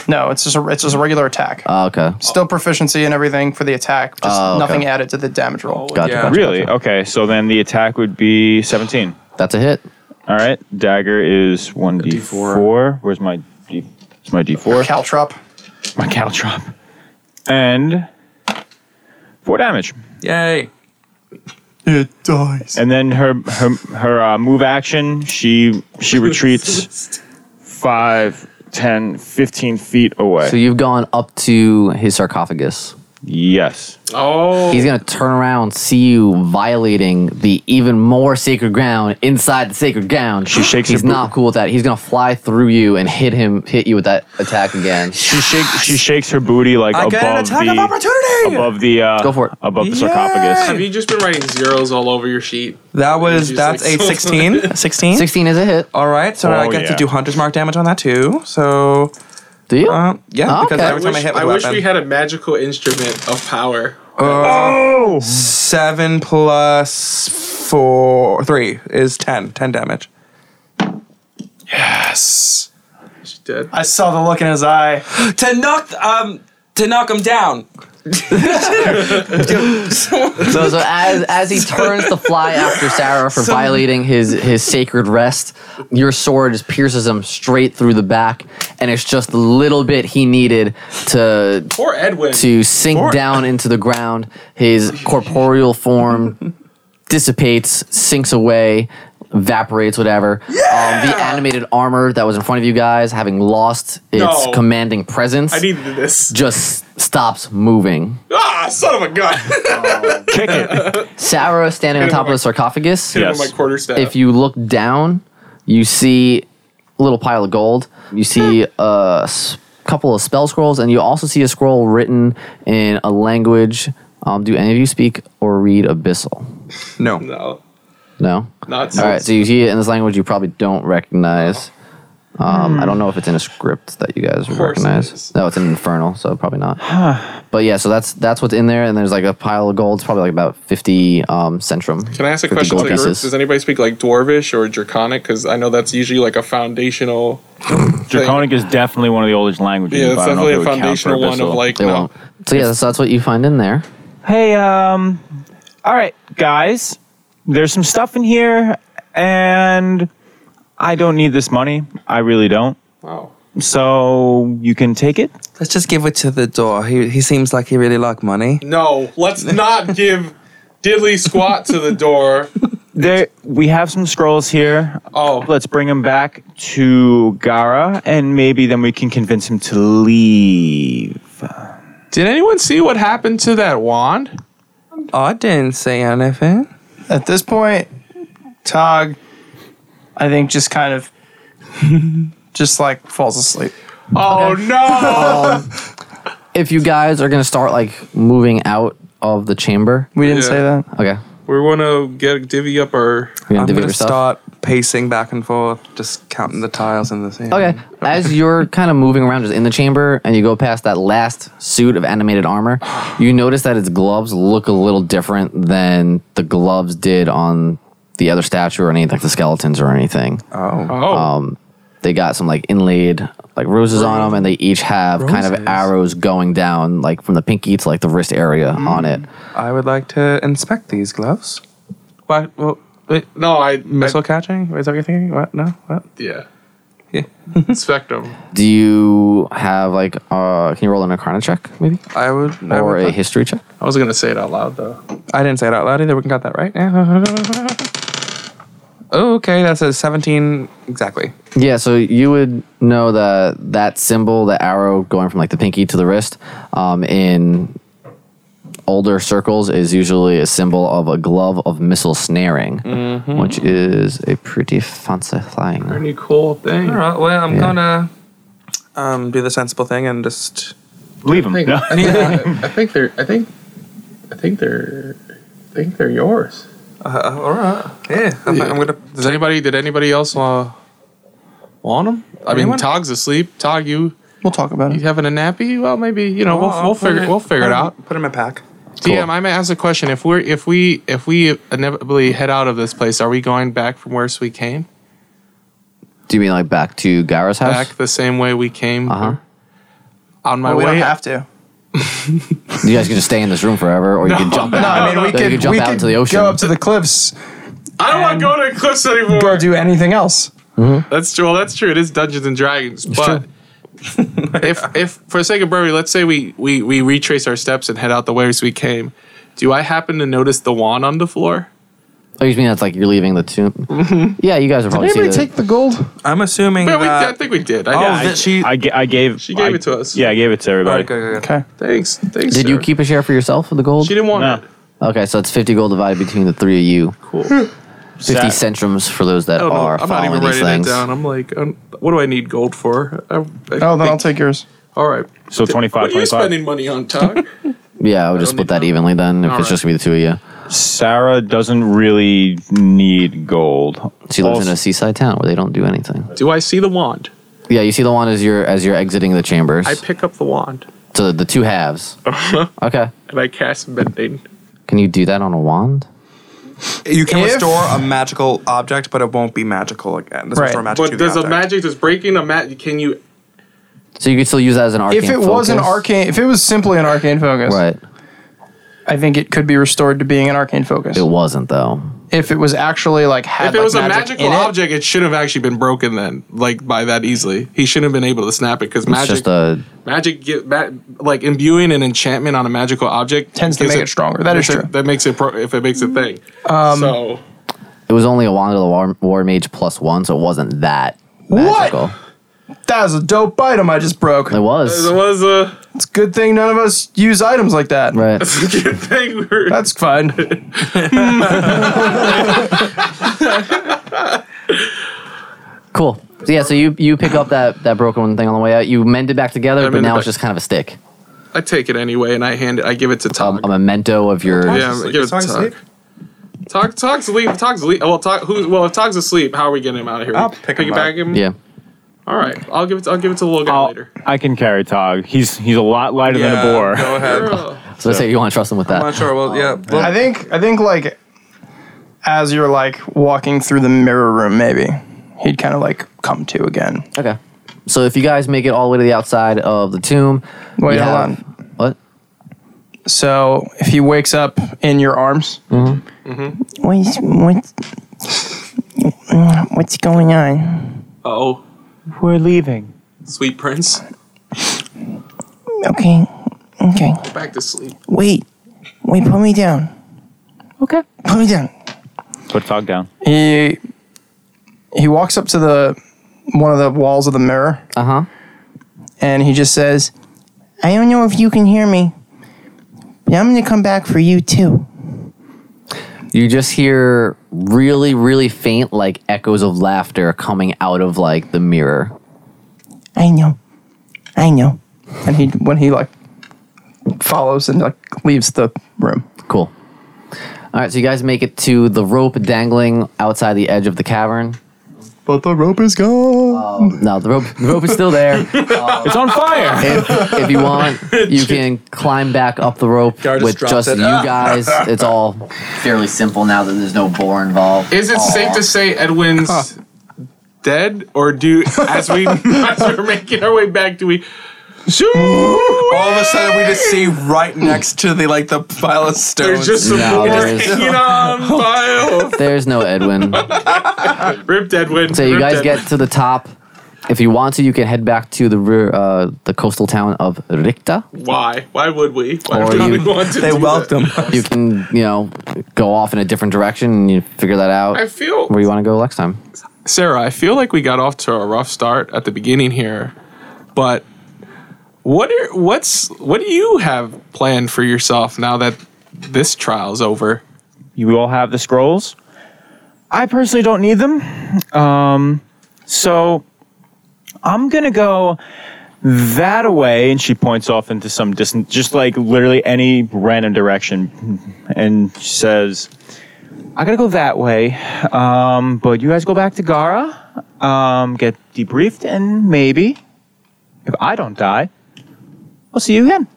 No, it's just a it's just a regular attack. Oh, okay. still proficiency and everything for the attack, just Oh, okay. nothing added to the damage roll. Gotcha. yeah. gotcha. Really? Okay. So then the attack would be seventeen. That's a hit. All right. Dagger is one d four. Where's my d? It's my d four. Caltrop. my caltrop. And four damage. Yay. It dies. And then her her her uh, move action. She she retreats five, 10, 15 feet away. So you've gone up to his sarcophagus. yes. Oh, He's gonna turn around, see you violating the even more sacred ground inside the sacred ground. She shakes He's her boot. not cool with that. He's gonna fly through you and hit him, hit you with that attack again. She shakes she shakes her booty like I above get an attack the of opportunity! above the uh, Go for it. above the have sarcophagus. you just been writing zeros all over your sheet? That was, She's that's like- a 16. 16? Sixteen is a hit. All right, so now I Oh, get yeah. to do Hunter's Mark damage on that too. So, Do you? Uh-huh. um, yeah, Oh, because okay. I every time wish, I hit with I a wish weapon, we had a magical instrument of power. Oh, seven plus four, three is 10. 10 damage. Yes. She's dead. I saw the look in his eye. To knock, um, to knock him down. So, so as as he turns to fly after Sarah for violating his his sacred rest, your sword just pierces him straight through the back, and it's just the little bit he needed to Poor Edwin. to sink down into the ground. His corporeal form dissipates, sinks away, evaporates, whatever. Um, the animated armor that was in front of you guys, having lost its No. commanding presence, I needed this. just stops moving. Ah, son of a gun. kick it! Sarah standing on top of the sarcophagus. Hit him Yes. with my quarterstaff. If you look down, you see a little pile of gold. You see a s- couple of spell scrolls, and you also see a scroll written in a language. Um, do any of you speak or read Abyssal? No. no, No. not All right, so you see it in this language you probably don't recognize. Um, I don't know if it's in a script that you guys would Hmm. course it recognize. is. no, it's in Infernal, so probably not. but yeah, so that's that's what's in there, and there's like a pile of gold. It's probably like about fifty um, centrum. Can I ask a 50 question to gold the group? pieces. Does anybody speak like Dwarvish or Draconic? Because I know that's usually like a foundational. Draconic is definitely one of the oldest languages. Yeah, but it's I don't know definitely if it a would count for foundational one of Abyssal. like. It no. won't. So yeah, so that's what you find in there. hey, um, all right, guys, there's some stuff in here, and I don't need this money. I really don't. Wow. So you can take it. Let's just give it to the door. He, he seems like he really like money. No, let's not give diddly squat to the door. There, we have some scrolls here. Oh, Let's bring him back to Gara, and maybe then we can convince him to leave. did anyone see what happened to that wand? I didn't say anything. At this point, Tog, I think, just kind of just like falls asleep. Oh no! If you guys are gonna start like moving out of the chamber, We didn't Yeah. say that. okay, we want to get divvy up our. you're gonna I'm going divvy to your stuff. start pacing back and forth, just counting the tiles in the sand. Okay, as you're kind of moving around just in the chamber and you go past that last suit of animated armor, you notice that its gloves look a little different than the gloves did on the other statue or any like the skeletons or anything. Um, Oh, They got some like inlaid like roses on them and they each have kind of Roses? arrows going down like from the pinky to like the wrist area on it. I would like to inspect these gloves. What? Well, wait, no, I, I missile catching? Is that what you're thinking? What? No? What? yeah. Spectrum. Do you have like uh can you roll an arcana check maybe? I would. I, Or would a history check? I was gonna say it out loud though. I didn't say it out loud either. We can cut that, right? Oh, okay, that's a 17 exactly. Yeah, so you would know that that symbol, the arrow going from like the pinky to the wrist, um, in older circles is usually a symbol of a glove of missile snaring, Mm-hmm. which is a pretty fancy thing. Pretty cool thing. All right, well, I'm gonna. Um, do the sensible thing and just. Leave them. I think, No. I, think, I think they're. I think. I think they're. I think they're yours. Uh, all right. Yeah. I'm, I'm gonna. Does anybody? Did anybody else uh, want them? I mean, Anyone? Tog's asleep. Tog, you We'll talk about you it. having a nappy? Well, maybe you know. I'll we'll we'll put figure it- we'll figure put it 'em- out. Put him in pack. DM, I'm gonna ask a question. If we're if we if we inevitably head out of this place, are we going back from where we came? Do you mean like back to Gara's house? Back the same way we came? Uh-huh. On my But we way. don't have to. You guys can just stay in this room forever, or you can jump No, out. I mean we They could, could jump we out could into the ocean. go up to the cliffs I don't want to go to the cliffs anymore. or do anything else. That's true. Well, that's true. It is Dungeons and Dragons, but if if for the sake of brevity, let's say we we we retrace our steps and head out the ways we came. Do I happen to notice the wand on the floor? Oh, you mean that's like you're leaving the tomb? Mm-hmm. Yeah, you guys are probably Anybody seeing take the gold? I'm assuming. Yeah, we, I that, think we did. I, oh, yeah, I- that she. I, ga- I gave. She gave I- it to us. Yeah, I gave it to all everybody. right, good, good, good. Okay. thanks, thanks. Did you sir. keep a share for yourself for the gold? She didn't want No. it. Okay, so it's 50 gold divided between the three of you. Cool. I 50 Sad. centrums for those that don't know. are Oh, I'm not following even these writing that things. down. I'm like, um what do I need gold for? I, I Oh, then I'll think- take yours. All right. So 25, What are you 25. spending money on, Tog? Yeah, I would just split don't need that that. evenly then if it's Alright. just gonna be the two of you. Sarah doesn't really need gold. She lives in Also- a seaside town where they don't do anything. do I see the wand? Yeah, you see the wand as you're as you're exiting the chambers. I Uh-huh. pick up the wand so the two halves. okay. and I cast mending. Can you do that on a wand? You can If- restore a magical object, but it won't be magical again. It doesn't Right. restore magic to But the does a object. magic does breaking a mat? Can you So you could still use that as an arcane If it was an focus? arcane, if it was simply an arcane focus, Right. I think it could be restored to being an arcane focus. It wasn't though. if it was actually like had if it like, was a magic magical in it, object, it should have actually been broken then, like by that easily. He shouldn't have been able to snap it because It's magic, just a magic, gi- ma- like imbuing an enchantment on a magical object Tends to gives make it stronger. That is makes it- true. Um, that makes it pro- if it makes a thing. so it was only a wand of the war, war mage plus one, so it wasn't that magical. that was a dope item I just broke. It it was. was a It's a good thing none of us use items like that. Right. good thing. We were, That's fine. Cool. So yeah, so you you pick up that that broken thing on the way out. You mend it back together, but mend it now it's back. just kind of a stick, I take it anyway, and I hand it. I give it to Tom. a, a memento of your. yeah, I give it to Song's Tog. asleep? Tog, Tog's asleep. Tog's asleep. Well, Tog, who's, well, if Tog's asleep, how are we getting him out of here? I'll pick him up. Piggyback him. yeah. All right. I'll give it. I'll give it to the little guy I'll- later. I can carry Tog. He's he's a lot lighter Yeah, than a boar. Go ahead. Girl. So let's say you want to trust them with I'm not that. sure. Well, yeah. Oh, Well, I think I think like as you're like walking through the mirror room, maybe he'd kind of like come to again. Okay. So if you guys make it all the way to the outside of the tomb, Wait, you hold have- on. What? So if he wakes up in your arms, What's, what, mm, what's going on? Oh, We're leaving. sweet prince, Okay, okay. back to sleep. Wait, wait, put me down. Okay. Put me down. Put Tog down. he he walks up to the one of the walls of the mirror Uh huh. and he just says, I don't know if you can hear me, but I'm gonna come back for you too. You just hear really, really faint, like echoes of laughter coming out of like the mirror. I know, I know. and he when he like follows and like leaves the room. Cool. All right, so you guys make it to the rope dangling outside the edge of the cavern. But the rope is gone. No, the rope, the rope is still there. It's on fire. if, if you want, you can climb back up the rope Gar just with dropped just it. you guys. It's all fairly simple now that there's no boar involved. Is it safe to say Edwin's dead, or do as we as we're making our way back, do we? Shoo! all of a sudden, we just see right next to the like the pile of There's stones. just some No, boar there is- hanging on by. There's no Edwin. Ripped Edwin. So you ripped guys Edwin. get to the top. If you want to, you can head back to the rear, uh, the coastal town of Rikta. Why? Why would we? Why Or would you- we want to They do that? welcome. You can, you know, go off in a different direction and you figure that out. I feel where you want to go next time. Sarah, I feel like we got off to a rough start at the beginning here, but what are what's what do you have planned for yourself now that this trial's over? You all have the scrolls. I personally don't need them. Um, so I'm going to go that away. And she points off into some distant, just like literally any random direction. And she says, I got to go that way. Um, but you guys go back to Gara, um, get debriefed, and maybe if I don't die, we'll see you again.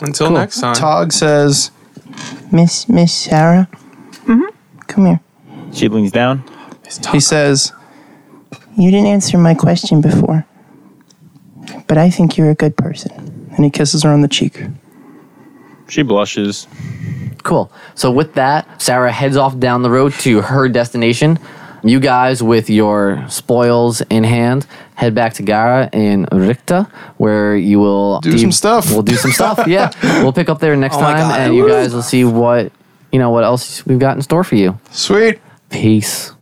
Until next time. Tog says, Miss Miss Sarah. Mm-hmm. Come here. She leans down. he says, You didn't answer my question before, but I think you're a good person. and he kisses her on the cheek. She blushes. Cool. So with that, Sarah heads off down the road to her destination. You guys, with your spoils in hand, head back to Gara in Rikta, where you will Do some stuff. We'll do some stuff. Yeah, we'll pick up there next Oh my time, God. and you guys will see what you know what else we've got in store for you. Sweet. Peace.